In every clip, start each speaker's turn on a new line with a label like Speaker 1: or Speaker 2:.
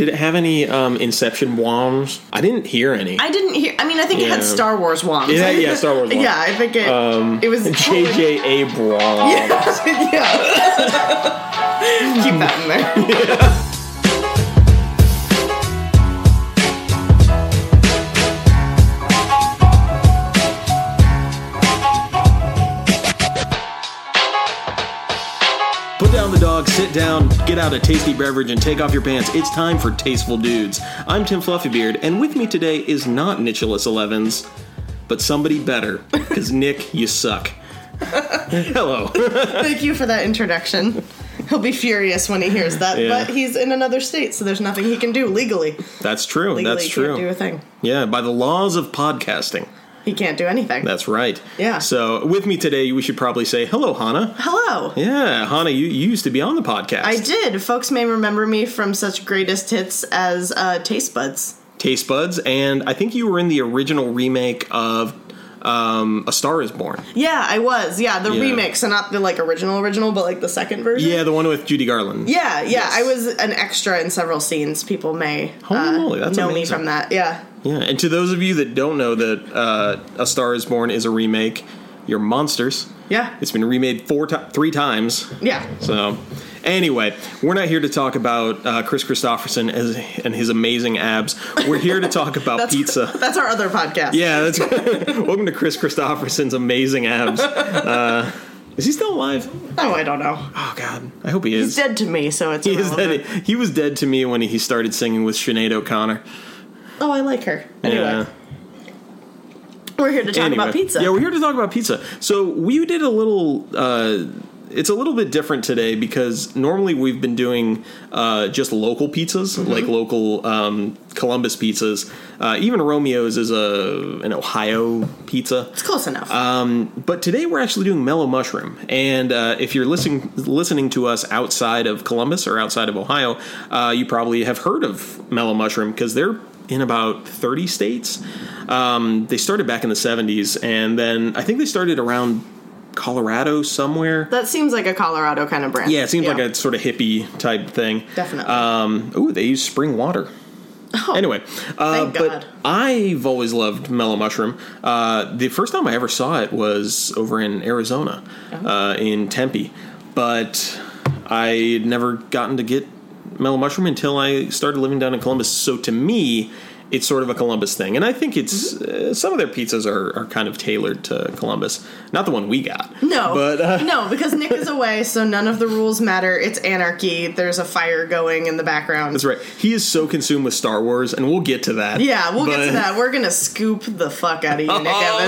Speaker 1: Did it have any um, Inception woms? I didn't hear any.
Speaker 2: I didn't hear. I mean, I think it had
Speaker 1: Yeah.
Speaker 2: Star Wars wands.
Speaker 1: Yeah, yeah, Star Wars Um, wands.
Speaker 2: yeah, I think it. it was
Speaker 1: J.J. Abrams.
Speaker 2: yeah. Keep that in there.
Speaker 1: Put down the dog, sit down, get out a tasty beverage, and take off your pants. It's time for Tasteful Dudes. I'm Tim Fluffybeard, and with me today is not Nicholas Elevens, but somebody better. Because Nick, you suck. Hello.
Speaker 2: Thank you for that introduction. He'll be furious when he hears that,
Speaker 1: Yeah.
Speaker 2: but he's in another state, so there's nothing he can do legally.
Speaker 1: That's true.
Speaker 2: Legally,
Speaker 1: That's
Speaker 2: he
Speaker 1: true.
Speaker 2: can't do a thing.
Speaker 1: yeah, by the laws of podcasting.
Speaker 2: He can't do anything.
Speaker 1: That's right.
Speaker 2: Yeah.
Speaker 1: So with me today, we should probably say hello, Hannah.
Speaker 2: Hello.
Speaker 1: Yeah, Hannah, you, you used to be on the podcast.
Speaker 2: I did. Folks may remember me from such greatest hits as uh, Taste Buds.
Speaker 1: Taste Buds, and I think you were in the original remake of um, A Star Is Born.
Speaker 2: Yeah, I was. Yeah, the
Speaker 1: Yeah.
Speaker 2: remix, and not the like original original, but like the second version.
Speaker 1: Yeah, the one with Judy Garland.
Speaker 2: Yeah, yeah.
Speaker 1: Yes.
Speaker 2: I was an extra in several scenes. People may uh,
Speaker 1: Holy moly, that's
Speaker 2: know me
Speaker 1: amazing.
Speaker 2: from that. Yeah.
Speaker 1: Yeah, and to those of you that don't know that uh, A Star Is Born is a remake, you're monsters.
Speaker 2: Yeah.
Speaker 1: It's been remade four ti three times.
Speaker 2: Yeah.
Speaker 1: So, anyway, we're not here to talk about uh, Chris Christopherson as, and his amazing abs. We're here to talk about pizza.
Speaker 2: That's our other podcast.
Speaker 1: Yeah, that's welcome to Chris Christopherson's amazing abs. Uh, is he still alive?
Speaker 2: Oh, I don't know.
Speaker 1: Oh God, I hope he
Speaker 2: He's
Speaker 1: is.
Speaker 2: dead to me, so it's
Speaker 1: He, is
Speaker 2: irrelevant.
Speaker 1: dead. he was dead to me when he started singing with Sinead O'Connor.
Speaker 2: Oh, I like her. Anyway,
Speaker 1: Yeah.
Speaker 2: we're here to talk about
Speaker 1: Anyway.
Speaker 2: pizza.
Speaker 1: Yeah, we're here to talk about pizza. So we did a little. Uh, it's a little bit different today because normally we've been doing uh, just local pizzas,
Speaker 2: Mm-hmm.
Speaker 1: like local um, Columbus pizzas. Uh, even Romeo's is a an Ohio pizza.
Speaker 2: it's close enough.
Speaker 1: Uh, But today we're actually doing mellow mushroom, and uh, if you're listening listening to us outside of Columbus or outside of Ohio, uh, you probably have heard of mellow mushroom because they're in about 30 states. Um, they started back in the 70s, and then I think they started around Colorado somewhere.
Speaker 2: that seems like a Colorado kind of brand.
Speaker 1: Yeah, it seems like a sort of hippie type thing.
Speaker 2: Definitely.
Speaker 1: Um, ooh, they use spring water. anyway, uh,
Speaker 2: Oh, thank
Speaker 1: but
Speaker 2: God.
Speaker 1: I've always loved mellow mushroom. Uh, the first time I ever saw it was over in Arizona,
Speaker 2: Oh.
Speaker 1: uh, in Tempe, but I had never gotten to get mellow mushroom until I started living down in Columbus. So to me. It's sort of a Columbus thing, and I think it's
Speaker 2: Mm-hmm.
Speaker 1: uh, some of their pizzas are, are kind of tailored to Columbus. Not the one we got,
Speaker 2: No,
Speaker 1: but uh,
Speaker 2: no, because Nick is away, so none of the rules matter. It's anarchy. There's a fire going in the background.
Speaker 1: That's right. He is so consumed with Star Wars, and we'll get to that.
Speaker 2: Yeah, we'll get
Speaker 1: But-
Speaker 2: to that. We're gonna scoop the fuck out of you, Nick
Speaker 1: Oh,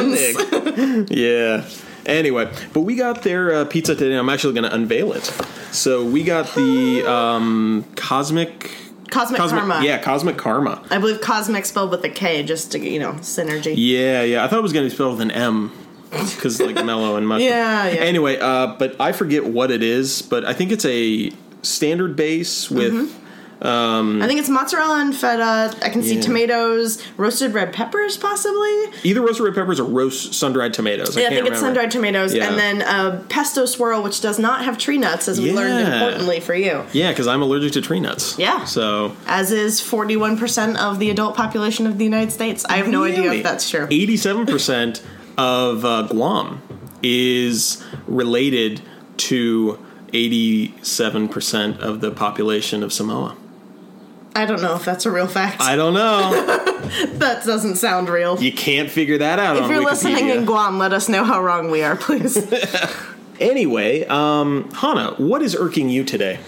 Speaker 1: Nick.
Speaker 2: Evans.
Speaker 1: yeah. Anyway, but we got their uh, pizza today. I'm actually going to unveil it. So we got the um, cosmic,
Speaker 2: Cosmic, Karma.
Speaker 1: Yeah, cosmic karma.
Speaker 2: I believe cosmic spelled with a K, just to you know synergy.
Speaker 1: Yeah, yeah. I thought it was going to be spelled with an M because like mellow and mushroom.
Speaker 2: Yeah, yeah.
Speaker 1: Anyway, uh, but I forget what it is, but I think it's a standard base with.
Speaker 2: Mm-hmm. I think it's mozzarella and feta. I can see
Speaker 1: Yeah.
Speaker 2: tomatoes, roasted red peppers, possibly.
Speaker 1: Either roasted red peppers or roast sun-dried tomatoes. I,
Speaker 2: Yeah, I
Speaker 1: can't
Speaker 2: think it's sun
Speaker 1: remember.
Speaker 2: dried tomatoes,
Speaker 1: Yeah.
Speaker 2: and then uh, pesto swirl, which does not have tree nuts, as we learned
Speaker 1: Yeah.
Speaker 2: importantly for you,
Speaker 1: Yeah, because I'm allergic to tree nuts.
Speaker 2: Yeah.
Speaker 1: So
Speaker 2: as is forty one percent of the adult population of the United States. I have no idea if that's true.
Speaker 1: Eighty-seven percent of uh, Guam is related to eighty-seven percent of the population of Samoa.
Speaker 2: I don't know if that's a real fact.
Speaker 1: I don't know.
Speaker 2: that doesn't sound real.
Speaker 1: you can't figure that out.
Speaker 2: if
Speaker 1: on
Speaker 2: you're
Speaker 1: Wikipedia.
Speaker 2: listening in Guam, let us know how wrong we are, please.
Speaker 1: anyway, um, Hana, what is irking you today?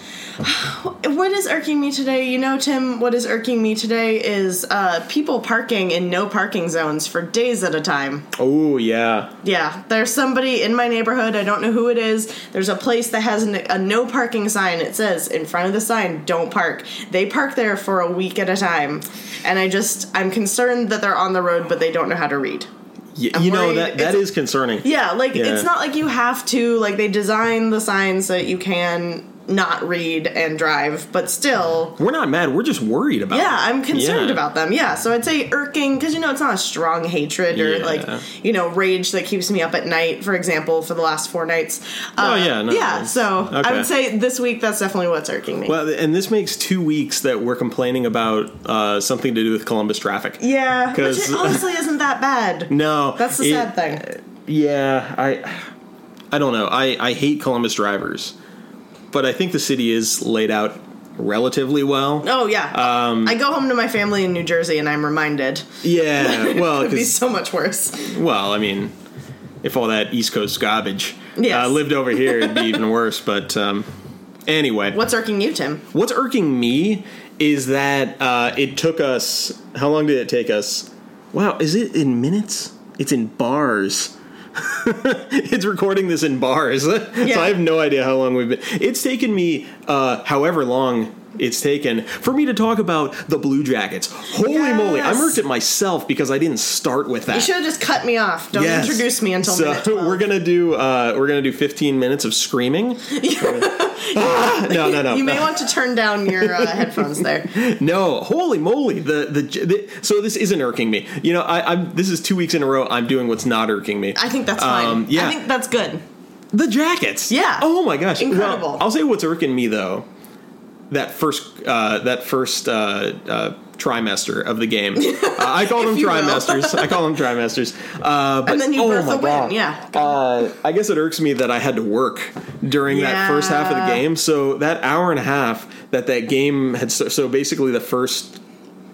Speaker 2: What is irking me today? You know, Tim, what is irking me today is uh, people parking in no parking zones for days at a time.
Speaker 1: Oh yeah,
Speaker 2: Yeah, there's somebody in my neighborhood, I don't know who it is. There's a place that has n- a no parking sign. It says in front of the sign, don't park. They park there for a week at a time. And I just, I'm concerned that they're on the road, but they don't know how to read.
Speaker 1: Y-
Speaker 2: I'm
Speaker 1: you know
Speaker 2: worried.
Speaker 1: that that
Speaker 2: It's-
Speaker 1: is concerning.
Speaker 2: Yeah, like
Speaker 1: Yeah.
Speaker 2: it's not like you have to. Like they design the signs so that you can not read and drive, but still,
Speaker 1: We're not mad. We're just worried about.
Speaker 2: yeah,
Speaker 1: it.
Speaker 2: I'm concerned
Speaker 1: Yeah.
Speaker 2: about them. Yeah, so I'd say irking because you know it's not a strong hatred or
Speaker 1: Yeah.
Speaker 2: like you know rage that keeps me up at night. For example, for the last four nights. Uh,
Speaker 1: Oh, yeah, no,
Speaker 2: yeah.
Speaker 1: it's-
Speaker 2: So I
Speaker 1: okay.
Speaker 2: would say this week that's definitely what's irking me.
Speaker 1: Well, and this makes two weeks that we're complaining about uh, something to do with Columbus traffic.
Speaker 2: yeah, which
Speaker 1: 'cause-
Speaker 2: it honestly isn't that bad.
Speaker 1: No,
Speaker 2: That's the
Speaker 1: it-
Speaker 2: sad thing.
Speaker 1: Yeah, I, I don't know. I I hate Columbus drivers, but I think the city is laid out relatively well.
Speaker 2: Oh yeah. Um, I go home to my family in New Jersey and I'm reminded.
Speaker 1: Yeah, well,
Speaker 2: It'd be
Speaker 1: 'cause-
Speaker 2: so much worse.
Speaker 1: well, I mean, if all that East Coast garbage
Speaker 2: Yes.
Speaker 1: uh, lived over here, it'd be even worse. But um, anyway,
Speaker 2: What's irking you, Tim?
Speaker 1: what's irking me is that uh, it took us. How long did it take us? Wow, is it in minutes? It's in bars. it's recording this in bars, so I have no idea how long we've been. It's taken me uh, however long it's taken for me to talk about the Blue Jackets. Holy moly, I'm
Speaker 2: Yes.
Speaker 1: irked at myself because I didn't start with that.
Speaker 2: You should have just cut me off. Don't
Speaker 1: Yes.
Speaker 2: introduce me until
Speaker 1: so
Speaker 2: minute 12.
Speaker 1: we're gonna do uh, we're gonna do 15 minutes of screaming. Ah, no, no, no.
Speaker 2: You may want to turn down your uh, headphones there.
Speaker 1: No, holy moly! The, the the so this isn't irking me. You know, I, I'm this is two weeks in a row. I'm doing what's not irking me.
Speaker 2: I think that's fine.
Speaker 1: Um, yeah.
Speaker 2: I think that's good.
Speaker 1: the jackets.
Speaker 2: Yeah.
Speaker 1: Oh my gosh! Well,
Speaker 2: Incredible.
Speaker 1: I'll say what's irking me though. That first uh, that first uh, uh, trimester of the game. uh, I call them
Speaker 2: you will.
Speaker 1: trimesters. I call them trimesters. Uh, but,
Speaker 2: And then you
Speaker 1: oh
Speaker 2: birth
Speaker 1: my
Speaker 2: a win.
Speaker 1: God.
Speaker 2: Yeah.
Speaker 1: Uh, I guess it irks me that I had to work during that first half of the
Speaker 2: Yeah.
Speaker 1: game. So that hour and a half that that game had so, so basically the first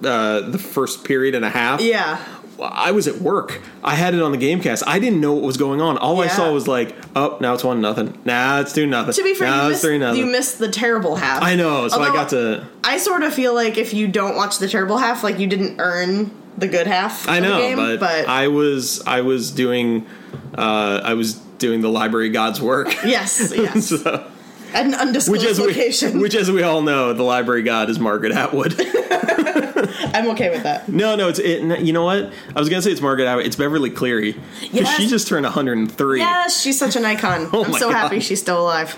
Speaker 1: uh, the first period and a half.
Speaker 2: Yeah.
Speaker 1: I was at work. I had it on the GameCast. I didn't know what was going on. All I
Speaker 2: Yeah.
Speaker 1: saw was like, oh, now it's one nothing. Now it's two nothing.
Speaker 2: To be fair,
Speaker 1: now
Speaker 2: you,
Speaker 1: it's three
Speaker 2: missed, you
Speaker 1: nothing.
Speaker 2: missed the terrible half.
Speaker 1: I know. So I
Speaker 2: Although,
Speaker 1: got to.
Speaker 2: I sort of feel like if you don't watch the terrible half, like you didn't earn the good half.
Speaker 1: I
Speaker 2: of
Speaker 1: know,
Speaker 2: the game,
Speaker 1: but, I was I was doing uh, I was doing the library god's work.
Speaker 2: yes, yes,
Speaker 1: So-
Speaker 2: at an undisclosed
Speaker 1: which as
Speaker 2: location.
Speaker 1: we which as we all know, the library god is Margaret Atwood.
Speaker 2: I'm okay with that.
Speaker 1: no, no, it's it. You know what? I was gonna say it's Margaret Atwood. It's Beverly Cleary 'Cause
Speaker 2: Yes.
Speaker 1: she just turned 103.
Speaker 2: Yes, she's such an icon.
Speaker 1: Oh
Speaker 2: I'm
Speaker 1: my
Speaker 2: so happy
Speaker 1: God.
Speaker 2: she's still alive.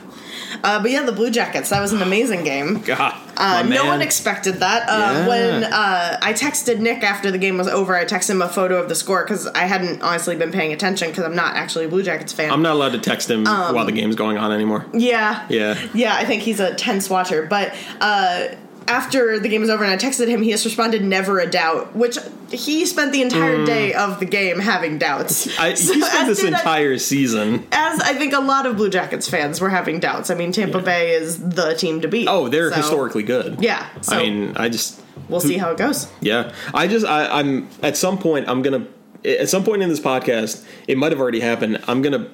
Speaker 2: Uh, but yeah, the Blue Jackets. That was an amazing game.
Speaker 1: God,
Speaker 2: Uh,
Speaker 1: my
Speaker 2: no
Speaker 1: man.
Speaker 2: one expected that. Uh,
Speaker 1: Yeah.
Speaker 2: When uh, I texted Nick after the game was over, I texted him a photo of the score because I hadn't honestly been paying attention because I'm not actually a Blue Jackets fan.
Speaker 1: I'm not allowed to text him while
Speaker 2: Um,
Speaker 1: the game's going on anymore.
Speaker 2: yeah.
Speaker 1: Yeah.
Speaker 2: Yeah, I think he's a tense watcher. But uh, after the game was over and I texted him, he just responded, never a doubt, which he spent the entire day of the game having doubts.
Speaker 1: Mm. I,
Speaker 2: So
Speaker 1: he spent
Speaker 2: as
Speaker 1: this
Speaker 2: did I-
Speaker 1: entire season.
Speaker 2: as I think a lot of Blue Jackets fans were having doubts. I mean, Tampa Bay is the team to beat.
Speaker 1: Oh, they're
Speaker 2: so-
Speaker 1: historically good.
Speaker 2: Yeah, so
Speaker 1: I mean, I just
Speaker 2: we'll see how it goes.
Speaker 1: yeah. I just I, I'm at some point I'm gonna at some point in this podcast it might have already happened. I'm gonna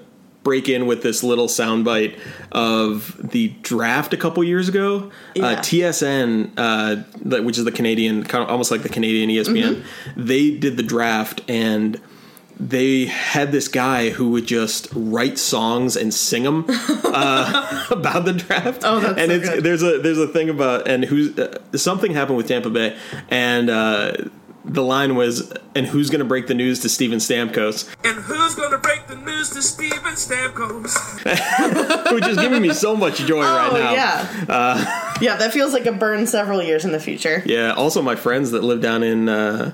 Speaker 1: break in with this little soundbite of the draft a couple years ago. Uh,
Speaker 2: Yeah.
Speaker 1: TSN, uh, that- which is the Canadian, kind of almost like the Canadian E ESPN,
Speaker 2: Mm-hmm.
Speaker 1: they did the draft and. They had this guy who would just write songs and sing them uh, about the draft.
Speaker 2: Oh, that's
Speaker 1: and
Speaker 2: so
Speaker 1: it's
Speaker 2: good.
Speaker 1: there's a there's a thing about and who's uh, something happened with Tampa Bay and uh, the line was and who's going to break the news to Steven Stamkos,
Speaker 3: And who's gonna break the news to Steven Stamkos?
Speaker 1: which is giving me so much joy right
Speaker 2: oh
Speaker 1: now. uh,
Speaker 2: yeah, yeah. That feels like a burn several years in the future.
Speaker 1: Yeah, Also, my friends that live down in uh,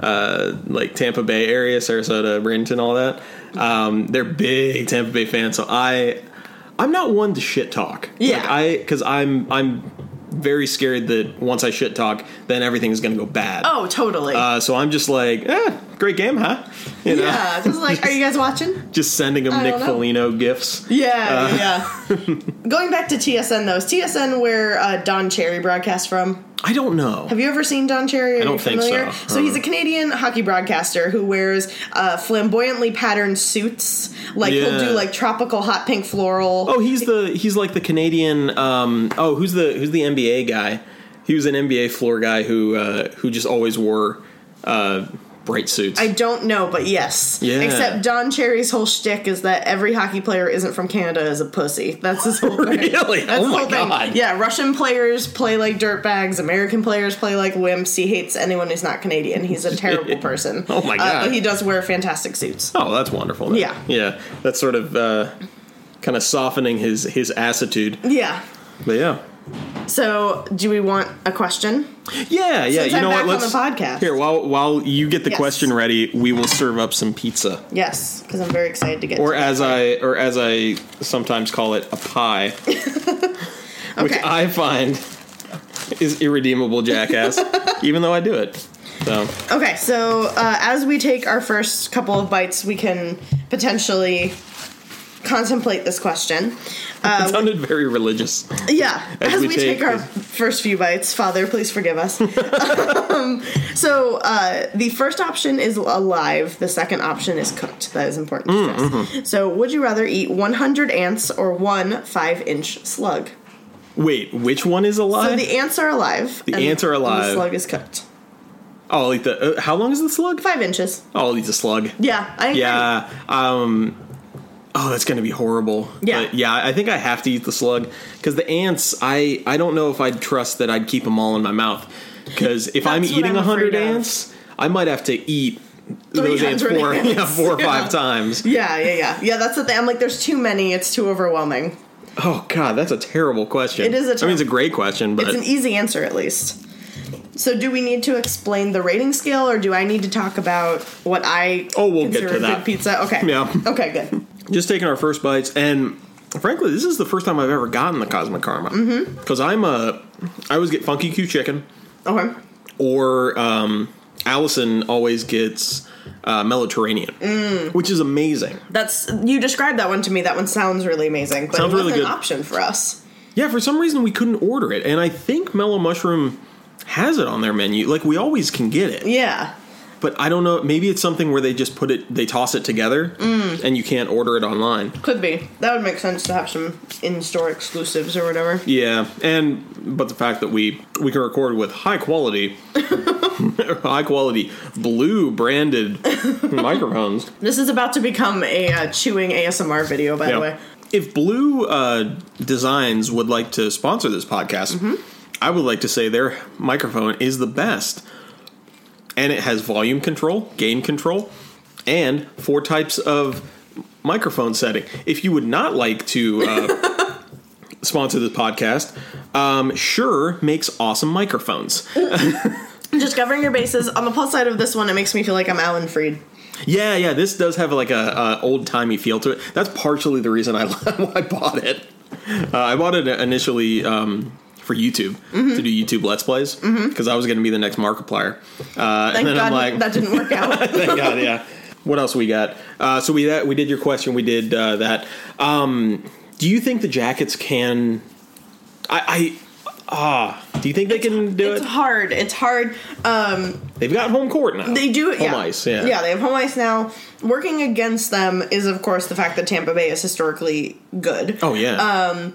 Speaker 1: uh, like Tampa Bay area, Sarasota, Bradenton, all that, um, they're big Tampa Bay fans. So I I'm not one to shit talk.
Speaker 2: Yeah.
Speaker 1: Like, I because I'm I'm very scared that once I shit talk, then everything is going to go bad.
Speaker 2: Oh, totally.
Speaker 1: Uh, so I'm just like, eh, great game, huh? You know,
Speaker 2: yeah, just like, are you guys watching?
Speaker 1: just sending them
Speaker 2: I
Speaker 1: Nick
Speaker 2: don't know.
Speaker 1: Foligno gifts.
Speaker 2: Yeah,
Speaker 1: Uh,
Speaker 2: yeah. yeah. Going back to TSN though, is TSN where uh, Don Cherry broadcasts from?
Speaker 1: I don't know.
Speaker 2: Have you ever seen Don Cherry? Are
Speaker 1: don't
Speaker 2: you
Speaker 1: think
Speaker 2: familiar?
Speaker 1: so. Uh-huh.
Speaker 2: So he's a Canadian hockey broadcaster who wears uh, flamboyantly patterned suits. Like he'll
Speaker 1: Yeah.
Speaker 2: do like tropical hot pink floral.
Speaker 1: oh, he's the he's like the Canadian. Um, oh, who's the who's the NBA guy? He was an NBA floor guy who uh, who just always wore uh, bright suits.
Speaker 2: I don't know, but yes.
Speaker 1: Yeah.
Speaker 2: Except Don Cherry's whole shtick is that every hockey player isn't from Canada is a pussy. That's his whole thing.
Speaker 1: Really?
Speaker 2: That's
Speaker 1: Oh
Speaker 2: his
Speaker 1: my
Speaker 2: whole thing.
Speaker 1: God.
Speaker 2: Yeah, Russian players play like dirtbags. American players play like wimps. He hates anyone who's not Canadian. He's a terrible person.
Speaker 1: Oh my
Speaker 2: Uh,
Speaker 1: God.
Speaker 2: but he does wear fantastic suits.
Speaker 1: oh, that's wonderful. then.
Speaker 2: Yeah.
Speaker 1: yeah, that's sort of uh, kind of softening his his attitude.
Speaker 2: Yeah.
Speaker 1: But yeah.
Speaker 2: So, do we want a question?
Speaker 1: Yeah, yeah.
Speaker 2: Since
Speaker 1: you
Speaker 2: I'm
Speaker 1: know
Speaker 2: back
Speaker 1: what?
Speaker 2: on
Speaker 1: Let's
Speaker 2: the podcast.
Speaker 1: here while while you get the
Speaker 2: Yes.
Speaker 1: question ready. We will serve up some pizza,
Speaker 2: Yes, because I'm very excited to get.
Speaker 1: or
Speaker 2: to
Speaker 1: as
Speaker 2: that.
Speaker 1: I or as I sometimes call it, a pie, which
Speaker 2: Okay.
Speaker 1: I find is irredeemable, jackass. even though I do it, so
Speaker 2: Okay, so uh, as we take our first couple of bites, we can potentially contemplate this question. Uh,
Speaker 1: it sounded very religious.
Speaker 2: Yeah,
Speaker 1: As
Speaker 2: as,
Speaker 1: we
Speaker 2: we,
Speaker 1: take
Speaker 2: take, our
Speaker 1: this-
Speaker 2: first few bites, Father, please forgive us. um, so uh, the first option is alive. The second option is cooked. That is important.
Speaker 1: Mm,
Speaker 2: to stress.
Speaker 1: mm-hmm.
Speaker 2: So, would you rather eat 100 ants or one five-inch slug?
Speaker 1: Wait, which one is alive?
Speaker 2: So the ants are alive. The
Speaker 1: ants are alive.
Speaker 2: the slug is cooked.
Speaker 1: oh, I'll eat the. Uh, how long is the slug?
Speaker 2: Five inches.
Speaker 1: Oh, I'll eat the slug.
Speaker 2: Yeah, I agree.
Speaker 1: Yeah. Um Oh, that's going to be horrible.
Speaker 2: Yeah.
Speaker 1: But yeah, I think I have to eat the slug cuz the ants I I don't know if I'd trust that I'd keep them all in my mouth cuz if I'm
Speaker 2: That's what
Speaker 1: eating
Speaker 2: I'm
Speaker 1: a 100
Speaker 2: afraid of.
Speaker 1: ants, I might have to eat those ants
Speaker 2: 300
Speaker 1: four,
Speaker 2: ants.
Speaker 1: Yeah, four or
Speaker 2: Yeah.
Speaker 1: five times.
Speaker 2: Yeah, yeah, yeah. Yeah, that's the thing. I'm like, there's too many. It's too overwhelming.
Speaker 1: Oh god, that's a terrible question.
Speaker 2: It
Speaker 1: I
Speaker 2: is a
Speaker 1: mean, it's a
Speaker 2: terrible-
Speaker 1: great question, but
Speaker 2: It's an e- easy answer, at least. So, do we need to explain the rating scale, or do I need to talk about what I
Speaker 1: Oh, we'll get to
Speaker 2: consider
Speaker 1: that.
Speaker 2: good pizza? Okay.
Speaker 1: Yeah.
Speaker 2: Okay, good.
Speaker 1: just taking our first bites and frankly this is the first time i've ever gotten the cosmic karma
Speaker 2: Mm-hmm.
Speaker 1: because i'm a i always get funky q chicken
Speaker 2: Okay.
Speaker 1: or um allison always gets uh, mediterranean
Speaker 2: Mm.
Speaker 1: which is amazing
Speaker 2: That's you described that one to me. That one sounds really amazing, but
Speaker 1: Sounds
Speaker 2: it was
Speaker 1: really
Speaker 2: an
Speaker 1: good.
Speaker 2: option for us.
Speaker 1: yeah for some reason we couldn't order it and i think mellow mushroom has it on their menu like we always can get it
Speaker 2: Yeah.
Speaker 1: but i don't know maybe it's something where they just put it they toss it together
Speaker 2: Mm.
Speaker 1: and you can't order it online
Speaker 2: Could be. That would make sense to have some in-store exclusives or whatever.
Speaker 1: Yeah, and but the fact that we we can record with high quality, high quality blue branded microphones.
Speaker 2: This is about to become a uh, chewing ASMR video, by
Speaker 1: Yeah.
Speaker 2: the way.
Speaker 1: If Blue uh, Designs would like to sponsor this podcast,
Speaker 2: Mm-hmm.
Speaker 1: I would like to say their microphone is the best, and it has volume control, gain control, and four types of microphone setting. If you would not like to. Uh, Sponsor this podcast. Um, sure makes awesome microphones.
Speaker 2: Just covering your bases. On the plus side of this one, it makes me feel like I'm Alan Freed.
Speaker 1: Yeah, yeah, this does have like a, a old timey feel to it. That's partially the reason I why I bought it. Uh, I bought it initially um, for YouTube
Speaker 2: Mm-hmm.
Speaker 1: to do YouTube Let's Plays because I was going to be the next Markiplier. Uh, and
Speaker 2: Thank
Speaker 1: then
Speaker 2: God
Speaker 1: I'm like,
Speaker 2: that didn't work out.
Speaker 1: thank God, yeah. What else we got? Uh, so we that we did your question. We did uh, that. Um, do you think the jackets can? I, I ah. Do you think they can do
Speaker 2: it's
Speaker 1: it?
Speaker 2: hard. It's hard. Um,
Speaker 1: They've got home court now.
Speaker 2: they do.
Speaker 1: home
Speaker 2: yeah.
Speaker 1: ice. Yeah,
Speaker 2: Yeah, they have home ice now. Working against them is, of course, the fact that Tampa Bay is historically good.
Speaker 1: oh yeah.
Speaker 2: Uh,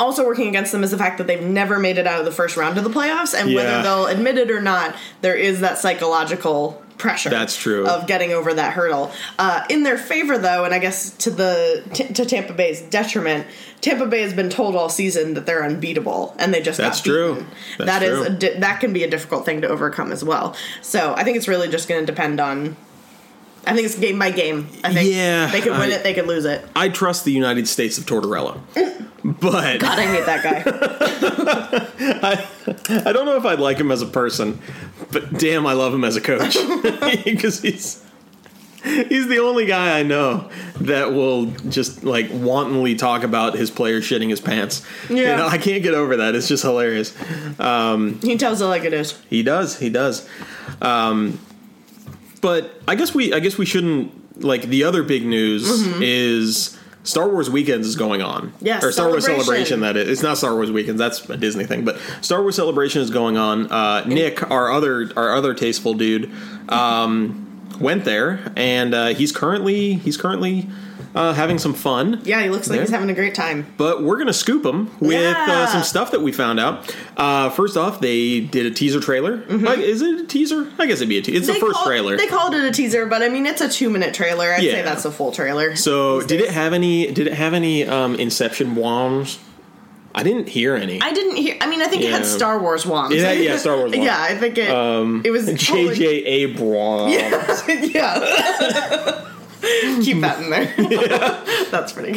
Speaker 2: Also, working against them is the fact that they've never made it out of the first round of the playoffs, and
Speaker 1: Yeah.
Speaker 2: whether they'll admit it or not, there is that psychological pressure.
Speaker 1: That's true.
Speaker 2: Of getting over that hurdle. Uh, in their favor, though, and I guess to the t- to Tampa Bay's detriment, Tampa Bay has been told all season that they're unbeatable, and they just
Speaker 1: That's
Speaker 2: got
Speaker 1: true.
Speaker 2: beaten.
Speaker 1: That's
Speaker 2: That is
Speaker 1: true.
Speaker 2: a di- that can be a difficult thing to overcome as well. So I think it's really just going to depend on. I think it's game by game. I think
Speaker 1: Yeah,
Speaker 2: they could win
Speaker 1: I-
Speaker 2: it, they could lose it.
Speaker 1: I trust the United States of Tortorella, but
Speaker 2: Mm. God, I hate that guy.
Speaker 1: I don't know if I'd like him as a person. But damn, I love him as a coach because he's he's the only guy I know that will just like wantonly talk about his player shitting his pants. You
Speaker 2: Yeah.
Speaker 1: know, I can't get over that. It's just hilarious.
Speaker 2: he tells it like it is.
Speaker 1: He does. He does. Um, but I guess we I guess we shouldn't like the other big news is Star Wars Weekends is going on.
Speaker 2: Yes,
Speaker 1: or Star Wars Celebration.
Speaker 2: Celebration.
Speaker 1: That is. It's not Star Wars Weekends. That's a Disney thing. But Star Wars Celebration is going on. Uh, Nick, our other our other tasteful dude, um, went there, and uh, he's currently he's currently uh, having some fun.
Speaker 2: Yeah, he looks like he's
Speaker 1: There.
Speaker 2: having a great time.
Speaker 1: But we're gonna scoop them with uh,
Speaker 2: Yeah.
Speaker 1: some stuff that we found out. Uh, first off, they did a teaser trailer. Like, is it a teaser? I guess it'd be a teaser. It's the
Speaker 2: Mm-hmm. They
Speaker 1: first
Speaker 2: call-
Speaker 1: trailer.
Speaker 2: They called it a teaser, but I mean it's a two minute trailer. I'd
Speaker 1: Yeah.
Speaker 2: say that's a full trailer.
Speaker 1: so, did it have any? Did it have any um, Inception bombs? I didn't hear any.
Speaker 2: I didn't hear. I mean, I think it
Speaker 1: Yeah.
Speaker 2: had Star Wars wands.
Speaker 1: Yeah, yeah, Star Wars wands. Um,
Speaker 2: yeah, I think it. it was
Speaker 1: JJ Abrams.
Speaker 2: totally- yeah. Keep that in there. That's pretty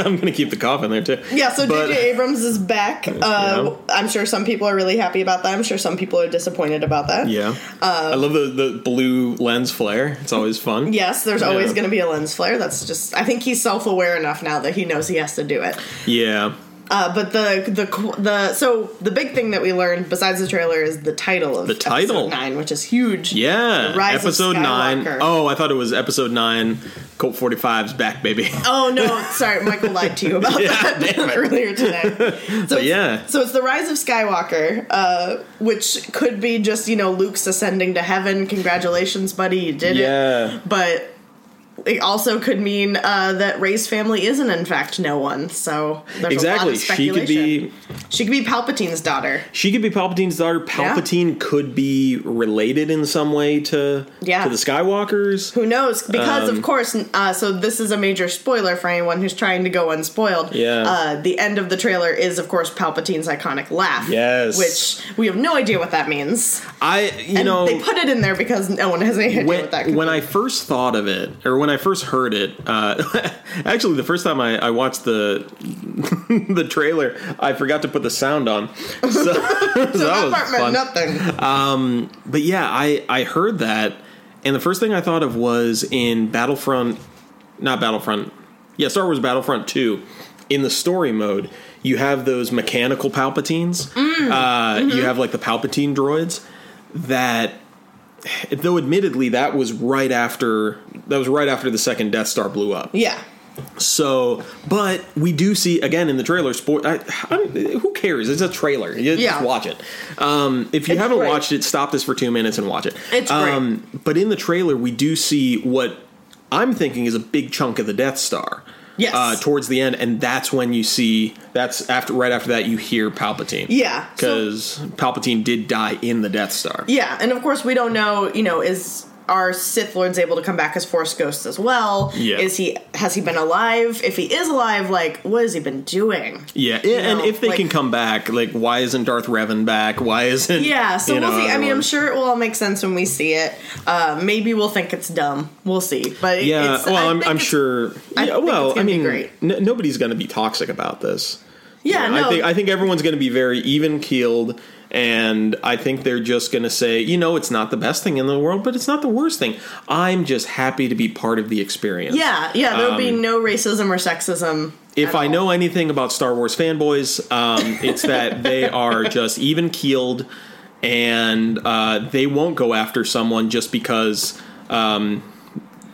Speaker 1: I'm gonna keep the cough in there too.
Speaker 2: Yeah, so
Speaker 1: But-
Speaker 2: JJ Abrams is back. Uh,
Speaker 1: Yeah.
Speaker 2: I'm sure some people are really happy about that. I'm sure some people are disappointed about that.
Speaker 1: Yeah,
Speaker 2: Uh,
Speaker 1: I love the the blue lens flare. It's always fun.
Speaker 2: Yes, there's always
Speaker 1: Yeah.
Speaker 2: going to be a lens flare. That's just I think he's self-aware enough now that he knows he has to do it.
Speaker 1: yeah,
Speaker 2: Uh, but the the qu- the so the big thing that we learned besides the trailer is the title of
Speaker 1: The title.
Speaker 2: episode 9, which is huge.
Speaker 1: yeah.
Speaker 2: The Rise of
Speaker 1: episode nine.
Speaker 2: Skywalker.
Speaker 1: Oh, I thought it was episode nine. Colt 45's back, baby.
Speaker 2: Oh no, sorry, Michael lied to you about that
Speaker 1: damn it.
Speaker 2: earlier today. So it's-
Speaker 1: yeah.
Speaker 2: so it's the rise of Skywalker, uh, which could be just you know Luke's ascending to heaven. Congratulations, buddy, you did
Speaker 1: Yeah.
Speaker 2: it. But it also could mean uh, that Ray's family isn't in fact no one. So there's A lot
Speaker 1: Exactly.
Speaker 2: of
Speaker 1: She could
Speaker 2: speculation.
Speaker 1: be
Speaker 2: she could be Palpatine's daughter.
Speaker 1: She could be Palpatine's daughter. Palpatine could be related in some way to
Speaker 2: Yeah.
Speaker 1: to the Skywalkers.
Speaker 2: Who knows? Because
Speaker 1: Um,
Speaker 2: of course, uh, so this is a major spoiler for anyone who's trying to go unspoiled.
Speaker 1: Yeah.
Speaker 2: Uh, the end of the trailer is, of course, Palpatine's iconic laugh.
Speaker 1: Yes.
Speaker 2: Which we have no idea what that means.
Speaker 1: I you
Speaker 2: And
Speaker 1: know
Speaker 2: they put it in there because no one has any idea
Speaker 1: when,
Speaker 2: what that. Could
Speaker 1: when
Speaker 2: be.
Speaker 1: I first thought of it, or when I first heard it, uh, actually the first time I, I watched the the trailer, I forgot to put the sound on. So, so that was
Speaker 2: That part
Speaker 1: fun.
Speaker 2: meant nothing.
Speaker 1: But yeah, I I heard that, and the first thing I thought of was in Battlefront, not Battlefront, yeah, Star Wars Battlefront Two. In the story mode, you have those mechanical Palpatines. uh, You have like the Palpatine droids that. Though admittedly, that was right after that was right after the second Death Star blew up.
Speaker 2: Yeah.
Speaker 1: So, but we do see again in the trailer. Sport. I, I don't- who cares? It's a trailer. You
Speaker 2: Yeah.
Speaker 1: just watch it. Um, if you
Speaker 2: It's
Speaker 1: haven't
Speaker 2: great.
Speaker 1: watched it, stop this for two minutes and watch it.
Speaker 2: It's great.
Speaker 1: um, But in the trailer, we do see what I'm thinking is a big chunk of the Death Star.
Speaker 2: Yes.
Speaker 1: Uh, towards the end, and that's when you see that's after right after that you hear Palpatine.
Speaker 2: Yeah. So,
Speaker 1: Because Palpatine did die in the Death Star.
Speaker 2: yeah, and of course we don't know. You know, is are Sith lords able to come back as Force ghosts as well?
Speaker 1: Yeah.
Speaker 2: Is he has he been alive? If he is alive, like what has he been doing?
Speaker 1: Yeah, and- and
Speaker 2: know,
Speaker 1: if they
Speaker 2: like-
Speaker 1: can come back, like why isn't Darth Revan back? Why isn't
Speaker 2: Yeah, so
Speaker 1: you
Speaker 2: we'll
Speaker 1: know,
Speaker 2: see. I mean,
Speaker 1: everyone-
Speaker 2: I'm sure it will all make sense when we see it. Uh, maybe we'll think it's dumb. We'll see. But it-
Speaker 1: Yeah,
Speaker 2: it's,
Speaker 1: well,
Speaker 2: I
Speaker 1: I'm,
Speaker 2: think
Speaker 1: I'm
Speaker 2: it's-
Speaker 1: sure.
Speaker 2: I
Speaker 1: yeah,
Speaker 2: think
Speaker 1: well,
Speaker 2: it's
Speaker 1: I
Speaker 2: gonna be
Speaker 1: mean,
Speaker 2: great.
Speaker 1: n- nobody's going to be toxic about this.
Speaker 2: Yeah, no,
Speaker 1: I think I think everyone's going to be very even keeled, and I think they're just going to say, you know, it's not the best thing in the world, but it's not the worst thing. I'm just happy to be part of the experience.
Speaker 2: yeah, yeah. There'll
Speaker 1: Um,
Speaker 2: be no racism or sexism.
Speaker 1: If
Speaker 2: at
Speaker 1: I
Speaker 2: all.
Speaker 1: know anything about Star Wars fanboys, um, it's that they are just even keeled and uh, they won't go after someone just because um,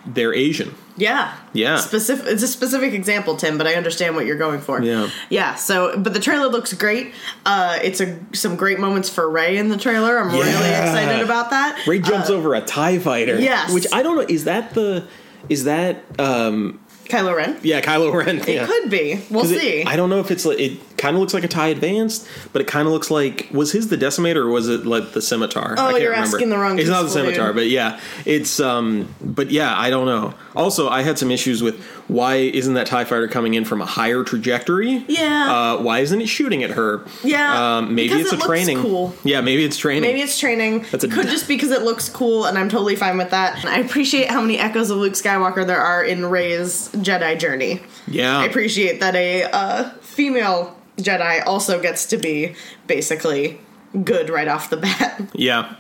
Speaker 1: they're Asian.
Speaker 2: Yeah.
Speaker 1: Yeah.
Speaker 2: Specific. It's a specific example, Tim, but I understand what you're going for.
Speaker 1: Yeah.
Speaker 2: Yeah. So, but the trailer looks great. Uh, it's a some great moments for Ray in the trailer. I'm really
Speaker 1: Yeah.
Speaker 2: excited about that.
Speaker 1: Ray jumps over a Tie Fighter.
Speaker 2: Uh, Yes.
Speaker 1: which I don't know. Is that the? Is that? Um,
Speaker 2: Kylo Ren.
Speaker 1: yeah, Kylo Ren.
Speaker 2: It could be. We'll see.
Speaker 1: I don't know if it's like it kind of looks like a tie advanced, but it kind of looks like was his the decimator or was it like the scimitar? I can't
Speaker 2: Oh, you're
Speaker 1: remember.
Speaker 2: asking the wrong
Speaker 1: It's not the
Speaker 2: people,
Speaker 1: scimitar,
Speaker 2: dude.
Speaker 1: but yeah, it's um, but yeah, I don't know. Also, I had some issues with why isn't that tie fighter coming in from a higher trajectory?
Speaker 2: Yeah.
Speaker 1: uh, why isn't it shooting at her?
Speaker 2: Yeah,
Speaker 1: um, maybe
Speaker 2: because
Speaker 1: it's
Speaker 2: it
Speaker 1: a
Speaker 2: looks
Speaker 1: training.
Speaker 2: cool.
Speaker 1: Yeah, maybe it's training.
Speaker 2: Maybe it's training.
Speaker 1: That's
Speaker 2: it
Speaker 1: a-
Speaker 2: could just be because it looks cool, and I'm totally fine with that. And I appreciate how many echoes of Luke Skywalker there are in Ray's Jedi journey.
Speaker 1: yeah,
Speaker 2: I appreciate that a uh, female Jedi also gets to be basically good right off the bat.
Speaker 1: yeah.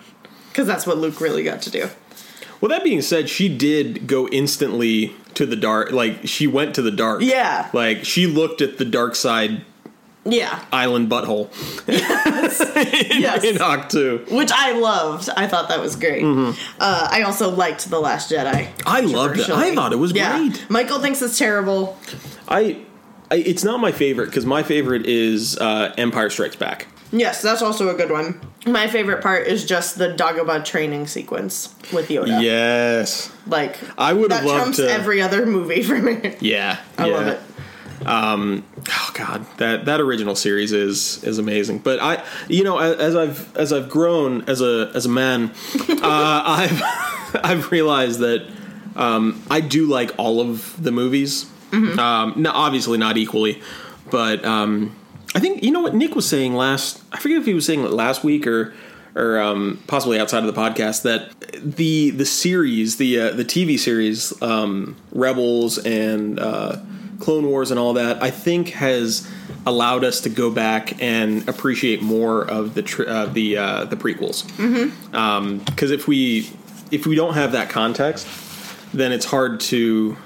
Speaker 2: because that's what Luke really got to do.
Speaker 1: Well, that being said, she did go instantly to the dark. Like she went to the dark.
Speaker 2: Yeah.
Speaker 1: Like she looked at the dark side
Speaker 2: Yeah.
Speaker 1: island butthole
Speaker 2: Yes.
Speaker 1: in Octu.
Speaker 2: Which I loved. I thought that was great. Uh, I also liked The Last Jedi.
Speaker 1: Mm-hmm. I loved it. I thought it was
Speaker 2: Yeah.
Speaker 1: great.
Speaker 2: Michael thinks it's terrible.
Speaker 1: I, I it's not my favorite because my favorite is uh, Empire Strikes Back.
Speaker 2: Yes, that's also a good one. My favorite part is just the Dagobah training sequence with Yoda.
Speaker 1: Yes.
Speaker 2: Like
Speaker 1: I would have
Speaker 2: that
Speaker 1: loved
Speaker 2: trumps
Speaker 1: to-
Speaker 2: every other movie for me.
Speaker 1: Yeah.
Speaker 2: I
Speaker 1: yeah.
Speaker 2: love it.
Speaker 1: oh god that that original series is is amazing but i you know a- as i've as i've grown as a as a man uh, i've i've realized that um i do like all of the movies um no obviously not equally but um i think you know what nick was saying last i forget if he was saying it last week or or um, possibly outside of the podcast that the the series the uh, the TV series um, Rebels and uh, Clone Wars and all that I think has allowed us to go back and appreciate more of the tr- uh, the uh, the prequels
Speaker 2: Mm-hmm.
Speaker 1: because if we if we don't have that context, then it's hard to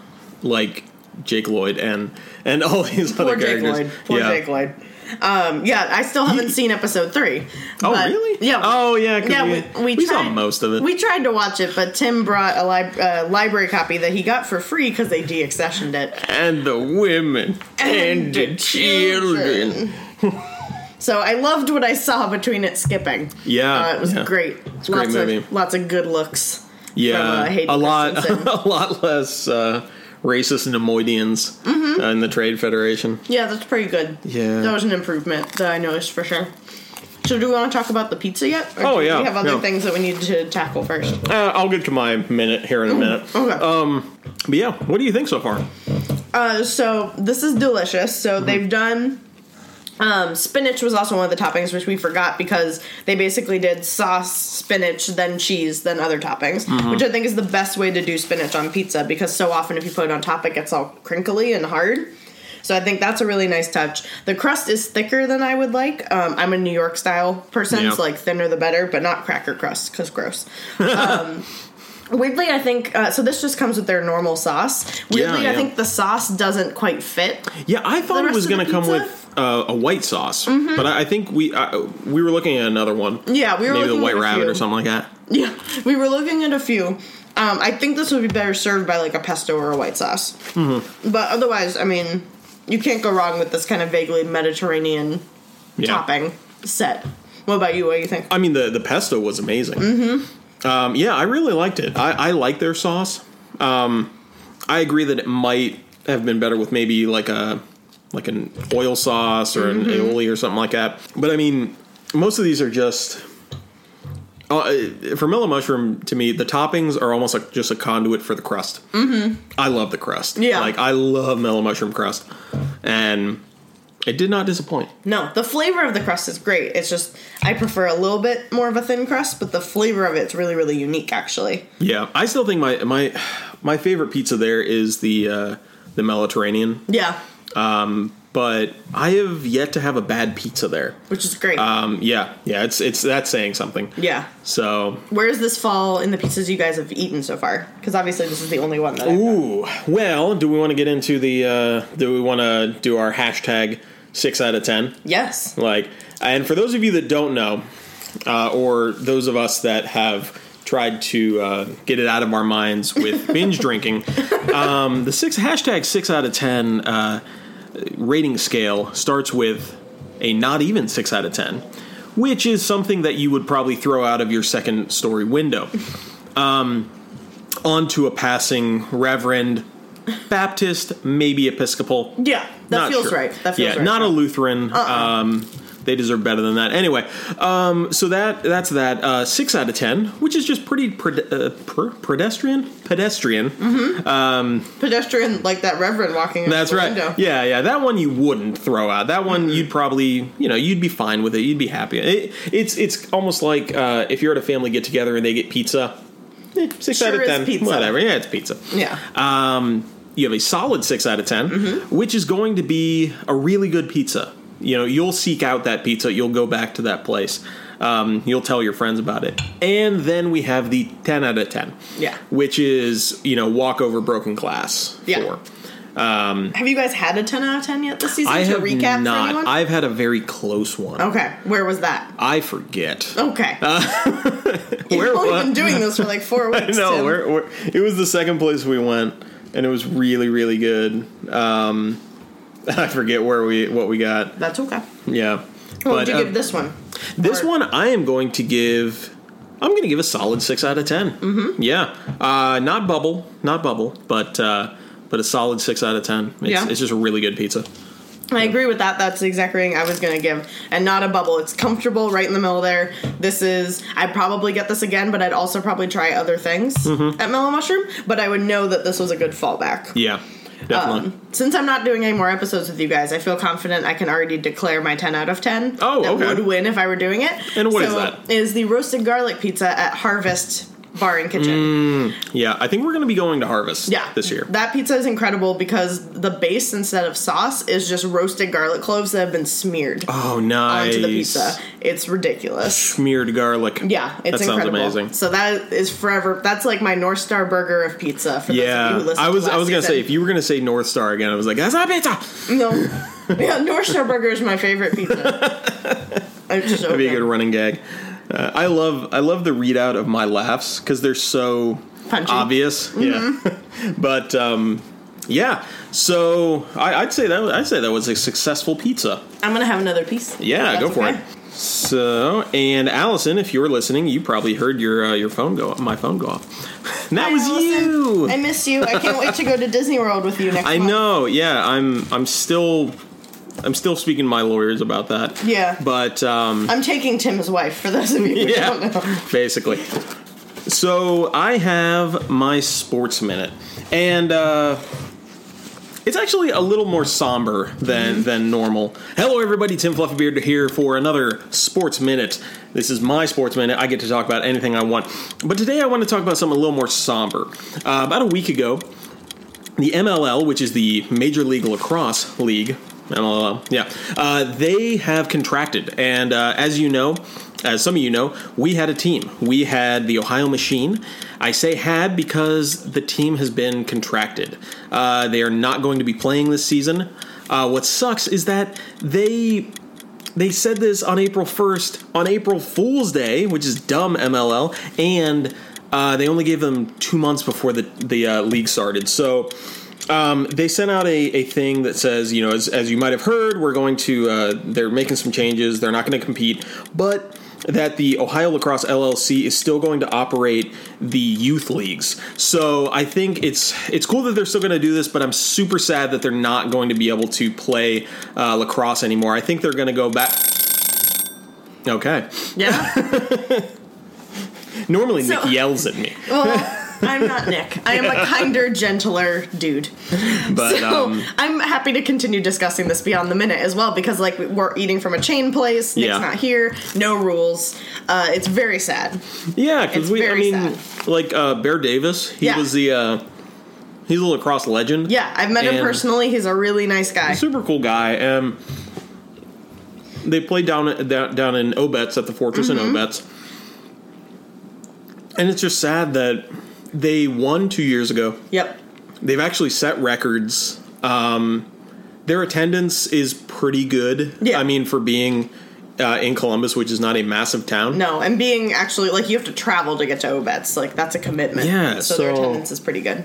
Speaker 1: like Jake Lloyd and and all these
Speaker 2: Poor
Speaker 1: other
Speaker 2: Jake
Speaker 1: characters.
Speaker 2: Lloyd. Poor
Speaker 1: yeah.
Speaker 2: Jake Lloyd. Um, yeah, I still haven't seen episode three.
Speaker 1: Oh
Speaker 2: but-
Speaker 1: really?
Speaker 2: Yeah.
Speaker 1: Oh yeah. 'cause
Speaker 2: Yeah, we,
Speaker 1: we,
Speaker 2: we,
Speaker 1: saw
Speaker 2: tried,
Speaker 1: most of it.
Speaker 2: We tried to watch it, but Tim brought a lib- uh, library copy that he got for free because they deaccessioned it.
Speaker 1: and the women and, the children.
Speaker 2: so I loved what I saw between it skipping.
Speaker 1: Yeah,
Speaker 2: Uh, it was
Speaker 1: yeah.
Speaker 2: great.
Speaker 1: a great
Speaker 2: lots
Speaker 1: movie.
Speaker 2: Of, lots of good looks.
Speaker 1: Yeah,
Speaker 2: uh, Hayden
Speaker 1: a lot,
Speaker 2: Christensen.
Speaker 1: a lot less uh, racist Nemoidians
Speaker 2: Mm-hmm.
Speaker 1: uh, in the Trade Federation.
Speaker 2: Yeah, that's pretty good.
Speaker 1: Yeah.
Speaker 2: That was an improvement that I noticed for sure. So do we want to talk about the pizza yet? Or
Speaker 1: Oh,
Speaker 2: do
Speaker 1: yeah,
Speaker 2: We have other
Speaker 1: yeah.
Speaker 2: things that we need to tackle first.
Speaker 1: Uh, I'll get to my minute here in a minute.
Speaker 2: Mm-hmm. Okay.
Speaker 1: But yeah, what do you think so far?
Speaker 2: Uh, so this is delicious. So
Speaker 1: Mm-hmm.
Speaker 2: they've done. Um, spinach was also one of the toppings, which we forgot because they basically did sauce, spinach, then cheese, then other toppings,
Speaker 1: Mm-hmm.
Speaker 2: which I think is the best way to do spinach on pizza because so often if you put it on top, it gets all crinkly and hard. So I think that's a really nice touch. The crust is thicker than I would like. Um, I'm a New York style person,
Speaker 1: Yeah.
Speaker 2: so like thinner the better, but not cracker crust because gross. Um, weirdly, I think uh, so. This just comes with their normal sauce. Weirdly, I
Speaker 1: yeah.
Speaker 2: think the sauce doesn't quite fit.
Speaker 1: Yeah, I thought it
Speaker 2: rest
Speaker 1: was
Speaker 2: of the
Speaker 1: going to come
Speaker 2: pizza?
Speaker 1: with uh, a white sauce, but I, I think we I, we were looking at another one.
Speaker 2: Yeah, we were
Speaker 1: maybe the
Speaker 2: looking
Speaker 1: white
Speaker 2: at a
Speaker 1: rabbit
Speaker 2: few.
Speaker 1: or something like that.
Speaker 2: Yeah, we were looking at a few. Um, I think this would be better served by like a pesto or a white sauce.
Speaker 1: Mm-hmm.
Speaker 2: But otherwise, I mean, you can't go wrong with this kind of vaguely Mediterranean
Speaker 1: Yeah.
Speaker 2: topping set. What about you? What do you think?
Speaker 1: I mean, the the pesto was amazing. Mm-hmm. Um, yeah, I really liked it. I, I like their sauce. Um, I agree that it might have been better with maybe like a like an oil sauce or an aioli or something like that. But I mean, most of these are just. Uh, for Mellow Mushroom, to me, the toppings are almost like just a conduit for the crust. Mm-hmm. I love the crust.
Speaker 2: Yeah.
Speaker 1: like I love Mellow Mushroom crust, and it did not disappoint.
Speaker 2: No, the flavor of the crust is great. It's just I prefer a little bit more of a thin crust, but the flavor of it's really, really unique. Actually,
Speaker 1: Yeah, I still think my my my favorite pizza there is the uh, the Mediterranean,
Speaker 2: yeah,
Speaker 1: but I have yet to have a bad pizza there.
Speaker 2: which is great.
Speaker 1: Um, yeah, yeah, it's it's that's saying something.
Speaker 2: yeah.
Speaker 1: So,
Speaker 2: Where does this fall in the pizzas you guys have eaten so far? Because obviously this is the only one that. I've-
Speaker 1: ooh, well, do we want to get into the? Uh, do we want to do our hashtag six out of ten?
Speaker 2: yes.
Speaker 1: Like, and for those of you that don't know, uh, or those of us that have tried to uh, get it out of our minds with binge drinking, um, the six hashtag six out of ten uh, rating scale starts with a not even six out of ten, which is something that you would probably throw out of your second story window. Um, onto a passing reverend, Baptist, maybe Episcopal
Speaker 2: Yeah, that
Speaker 1: not
Speaker 2: feels
Speaker 1: sure.
Speaker 2: right. That feels
Speaker 1: yeah,
Speaker 2: right. Uh-uh.
Speaker 1: not a Lutheran. Um, they deserve better than that. Anyway, um, so that that's that. Uh, six out of ten, which is just pretty pred- uh, per- pedestrian. Pedestrian.
Speaker 2: pedestrian like that reverend walking. into
Speaker 1: That's
Speaker 2: Mm-hmm. the
Speaker 1: right.
Speaker 2: Window. Mm-hmm.
Speaker 1: Yeah, yeah. That one you wouldn't throw out. That one you'd probably, you know, you'd be fine with it. You'd be happy. It, it's it's almost like uh, if you're at a family get together and they get pizza. eh, six
Speaker 2: Sure
Speaker 1: out of
Speaker 2: is
Speaker 1: ten.
Speaker 2: pizza.
Speaker 1: Whatever. Yeah, it's pizza.
Speaker 2: Yeah.
Speaker 1: um, you have a solid six out of 10
Speaker 2: Mm-hmm.
Speaker 1: which is going to be a really good pizza. You know, you'll seek out that pizza. You'll go back to that place. Um, you'll tell your friends about it. And then we have the ten out of ten,
Speaker 2: Yeah.
Speaker 1: which is you know walk over broken glass.
Speaker 2: Yeah.
Speaker 1: for.
Speaker 2: Have you guys had a ten out of ten yet this season?
Speaker 1: I
Speaker 2: to
Speaker 1: have
Speaker 2: recap for
Speaker 1: not.
Speaker 2: anyone? Oh.
Speaker 1: I've had a very close one.
Speaker 2: okay, where was that?
Speaker 1: I forget.
Speaker 2: Okay, we've
Speaker 1: Uh, where
Speaker 2: only
Speaker 1: was-
Speaker 2: been doing this for like four weeks.
Speaker 1: no,
Speaker 2: Tim.
Speaker 1: we're, we're, it was the second place we went, and it was really, really good. Um, I forget where we what we got.
Speaker 2: that's okay.
Speaker 1: Yeah,
Speaker 2: What would you
Speaker 1: uh,
Speaker 2: give this one?
Speaker 1: this
Speaker 2: Or-
Speaker 1: one I am going to give. I'm going to give a solid six out of 10 Mm-hmm. Yeah, uh, not bubble, not bubble, but uh, but a solid six out of ten. It's,
Speaker 2: Yeah.
Speaker 1: it's just a really good pizza.
Speaker 2: I agree with that. That's the exact rating I was going to give. And not a bubble. It's comfortable right in the middle there. This is, I'd probably get this again, but I'd also
Speaker 1: Mm-hmm.
Speaker 2: probably try other things at Mellow Mushroom. But I would know that this was a good fallback.
Speaker 1: Yeah. definitely.
Speaker 2: Um, Since I'm not doing any more episodes with you guys, I feel confident I can already declare my 10 out of 10.
Speaker 1: Oh,
Speaker 2: that
Speaker 1: okay.
Speaker 2: would win if I were doing it.
Speaker 1: And what
Speaker 2: what
Speaker 1: is
Speaker 2: is
Speaker 1: that?
Speaker 2: Is the roasted garlic pizza at Harvest Bar and Kitchen.
Speaker 1: yeah, I think we're going to be going to Harvest.
Speaker 2: Yeah.
Speaker 1: Mm, this year.
Speaker 2: That pizza is incredible because the base instead of sauce is just roasted garlic cloves that have been smeared
Speaker 1: oh, nice.
Speaker 2: onto the pizza. It's ridiculous.
Speaker 1: Smeared garlic.
Speaker 2: Yeah, it's
Speaker 1: that
Speaker 2: incredible.
Speaker 1: sounds amazing.
Speaker 2: So that is forever. That's like my North Star burger of pizza. For those of you who
Speaker 1: Yeah,
Speaker 2: listen
Speaker 1: I was
Speaker 2: To last
Speaker 1: I was gonna
Speaker 2: season.
Speaker 1: say if you were gonna say North Star again, I was like that's not pizza.
Speaker 2: No. Yeah, North Star Burger is my favorite pizza. It's so
Speaker 1: That'd be a
Speaker 2: good.
Speaker 1: good running gag. Uh, I love I love the readout of my laughs because they're so
Speaker 2: Punchy. Mm-hmm.
Speaker 1: obvious. Yeah, but um, yeah. So I, I'd say that I'd say that was a successful pizza.
Speaker 2: I'm gonna have another piece.
Speaker 1: Yeah,
Speaker 2: If
Speaker 1: go
Speaker 2: that's
Speaker 1: for
Speaker 2: okay.
Speaker 1: it. So and Allison, if you're listening, you probably heard your uh, your phone go my phone go off. And that
Speaker 2: Hi,
Speaker 1: was
Speaker 2: Allison.
Speaker 1: you.
Speaker 2: I miss you. I can't wait to go to Disney World with you next.
Speaker 1: I
Speaker 2: month.
Speaker 1: know. Yeah, I'm I'm still I'm still speaking to my lawyers about that.
Speaker 2: Yeah.
Speaker 1: but um,
Speaker 2: I'm taking Tim's wife. For those of you who don't know.
Speaker 1: yeah, basically. So I have my sports minute, and uh, it's actually a little more somber than
Speaker 2: Mm-hmm.
Speaker 1: than normal. Hello, everybody. Tim Fluffybeard here for another sports minute. This is my sports minute. I get to talk about anything I want, but today I want to talk about something a little more somber. Uh, about a week ago, the MLL, which is the Major League Lacrosse League, MLL, yeah, uh, they have contracted. And uh, as you know, as some of you know, we had a team. We had the Ohio Machine. I say had because the team has been contracted. Uh, they are not going to be playing this season. Uh, what sucks is that they they said this on April 1st, on April Fool's Day, which is dumb MLL, and uh, they only gave them two months before the, the uh, league started. So um, they sent out a, a thing that says, you know, as, as you might have heard, we're going to, uh, they're making some changes, they're not going to compete, but that the Ohio Lacrosse LLC is still going to operate the youth leagues. So I think it's it's cool that they're still going to do this, but I'm super sad that they're not going to be able to play uh, lacrosse anymore. I think they're going to go back. Okay.
Speaker 2: Yeah.
Speaker 1: Normally
Speaker 2: So-
Speaker 1: Nick yells at me,
Speaker 2: Well, I'm not Nick. I am a kinder, gentler dude.
Speaker 1: but
Speaker 2: so
Speaker 1: um,
Speaker 2: I'm happy to continue discussing this beyond the minute as well because like we're eating from a chain place. Nick's
Speaker 1: Yeah.
Speaker 2: not here. No rules. Uh, it's very sad.
Speaker 1: yeah, because
Speaker 2: it's
Speaker 1: we. I
Speaker 2: very
Speaker 1: mean,
Speaker 2: sad.
Speaker 1: like uh, Bear Davis, he
Speaker 2: Yeah.
Speaker 1: was the uh, he's a lacrosse legend.
Speaker 2: Yeah, I've met him
Speaker 1: And-
Speaker 2: personally. He's a really nice guy.
Speaker 1: super cool guy. Um, they played down at- down down in Obetz at the Fortress
Speaker 2: Mm-hmm.
Speaker 1: in Obetz, and it's just sad that they won two years ago.
Speaker 2: Yep.
Speaker 1: They've actually set records. Um, their attendance is pretty good.
Speaker 2: Yeah.
Speaker 1: I mean, for being uh, in Columbus, which is not a massive town.
Speaker 2: No, and being actually like you have to travel to get to Obetz, like that's a commitment.
Speaker 1: Yeah,
Speaker 2: so, their
Speaker 1: so-
Speaker 2: attendance is pretty good.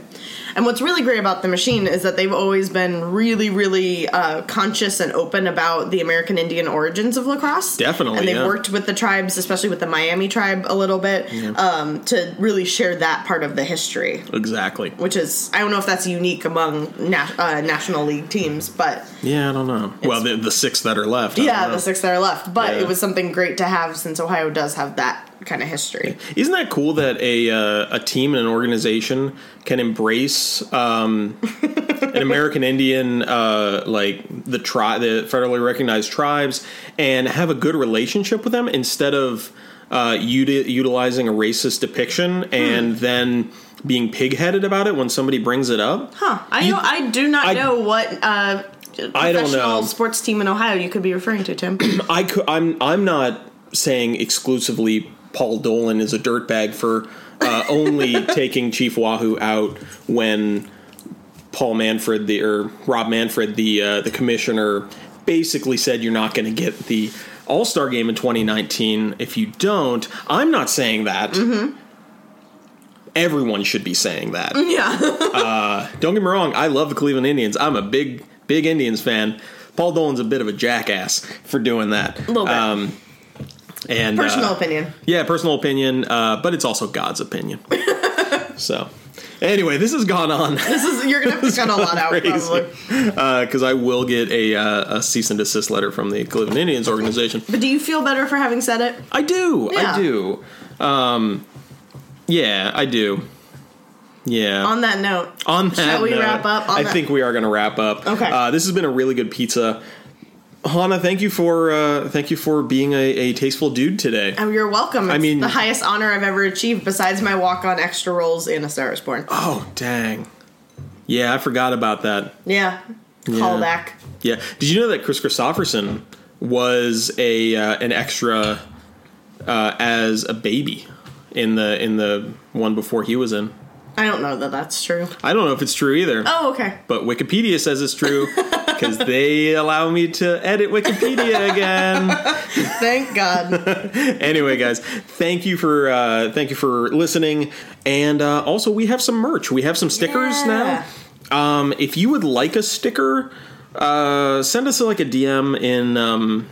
Speaker 2: And what's really great about the machine is that they've always been really, really uh, conscious and open about the American Indian origins of lacrosse.
Speaker 1: Definitely,
Speaker 2: and they've
Speaker 1: yeah.
Speaker 2: worked with the tribes, especially with the Miami tribe, a little bit um, to really share that part of the history.
Speaker 1: exactly.
Speaker 2: Which is I don't know if that's unique among na- uh, national league teams, but
Speaker 1: Yeah, I don't know. well, the, the six that are left. I
Speaker 2: yeah,
Speaker 1: don't know.
Speaker 2: the six that are left. But
Speaker 1: Yeah.
Speaker 2: it was something great to have since Ohio does have that kind of history.
Speaker 1: Isn't that cool that a uh, a team and an organization can embrace um, an American Indian uh, like the tri- the federally recognized tribes and have a good relationship with them instead of uh, uti- utilizing a racist depiction and then being pigheaded about it when somebody brings it up.
Speaker 2: Huh. I know, I do not
Speaker 1: I-
Speaker 2: know what
Speaker 1: I
Speaker 2: uh,
Speaker 1: don't
Speaker 2: professional
Speaker 1: know.
Speaker 2: sports team in Ohio you could be referring to, Tim.
Speaker 1: I could, I'm I'm not saying exclusively Paul Dolan is a dirtbag for uh, only taking Chief Wahoo out when Paul Manfred the or Rob Manfred the uh, the commissioner basically said you're not going to get the All Star game in 2019 if you don't. I'm not saying that. Everyone should be saying that.
Speaker 2: yeah.
Speaker 1: Don't get me wrong, I love the Cleveland Indians. I'm a big, big Indians fan. Paul Dolan's a bit of a jackass for doing that. Um,
Speaker 2: little bit.
Speaker 1: and
Speaker 2: Personal
Speaker 1: uh,
Speaker 2: opinion.
Speaker 1: yeah, personal opinion, uh, but it's also God's opinion. so, anyway, this has gone on
Speaker 2: This is you're gonna have to cut a lot out
Speaker 1: crazy
Speaker 2: probably.
Speaker 1: because I will get a, uh, a cease and desist letter from the Cleveland Indians organization.
Speaker 2: But do you feel better for having said it?
Speaker 1: I do, I
Speaker 2: Yeah.
Speaker 1: do. Um, yeah, I do. Yeah.
Speaker 2: On that note,
Speaker 1: On that,
Speaker 2: Shall we
Speaker 1: note,
Speaker 2: wrap up? On
Speaker 1: I
Speaker 2: that-
Speaker 1: think we are going to wrap up.
Speaker 2: Okay.
Speaker 1: Uh, this has been a really good pizza. Hana, thank you for uh, thank you for being a, a tasteful dude today.
Speaker 2: oh, you're welcome. It's
Speaker 1: I mean-
Speaker 2: the highest honor I've ever achieved, besides my walk on extra roles in A Star Is Born.
Speaker 1: oh dang! Yeah, I forgot about that.
Speaker 2: Yeah, callback.
Speaker 1: Yeah. Did you know that Chris Christopherson was a uh, an extra uh, as a baby in the in the one before he was in?
Speaker 2: I don't know that that's true.
Speaker 1: I don't know if it's true either.
Speaker 2: Oh, okay.
Speaker 1: But Wikipedia says it's true because they allow me to edit Wikipedia again.
Speaker 2: Thank God.
Speaker 1: anyway guys thank you for uh, thank you for listening and uh, also we have some merch we have some stickers
Speaker 2: Yeah.
Speaker 1: now um, if you would like a sticker uh, send us like a dm in um,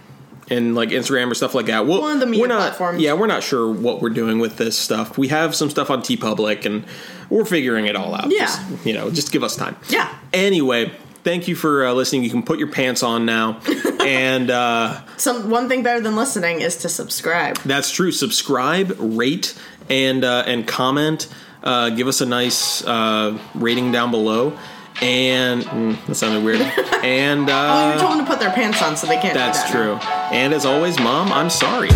Speaker 1: in like Instagram or stuff like that. We'll,
Speaker 2: One of the media
Speaker 1: we're not,
Speaker 2: platforms.
Speaker 1: Yeah, we're not sure what we're doing with this stuff. We have some stuff on T Public, and we're figuring it all out.
Speaker 2: Yeah.
Speaker 1: Just, you know, just give us time.
Speaker 2: Yeah.
Speaker 1: Anyway, thank you for uh, listening. You can put your pants on now, and uh,
Speaker 2: Some one thing better than listening is to subscribe.
Speaker 1: that's true. Subscribe, rate, and uh, and comment. Uh, give us a nice uh, rating down below. And mm, that sounded weird. and
Speaker 2: Well, Oh, you
Speaker 1: uh,
Speaker 2: told them to put their pants on so they can't. do
Speaker 1: that's
Speaker 2: that.
Speaker 1: true. And as always, mom, I'm sorry.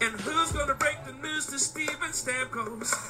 Speaker 3: And who's gonna break the news to Steven Stamkos?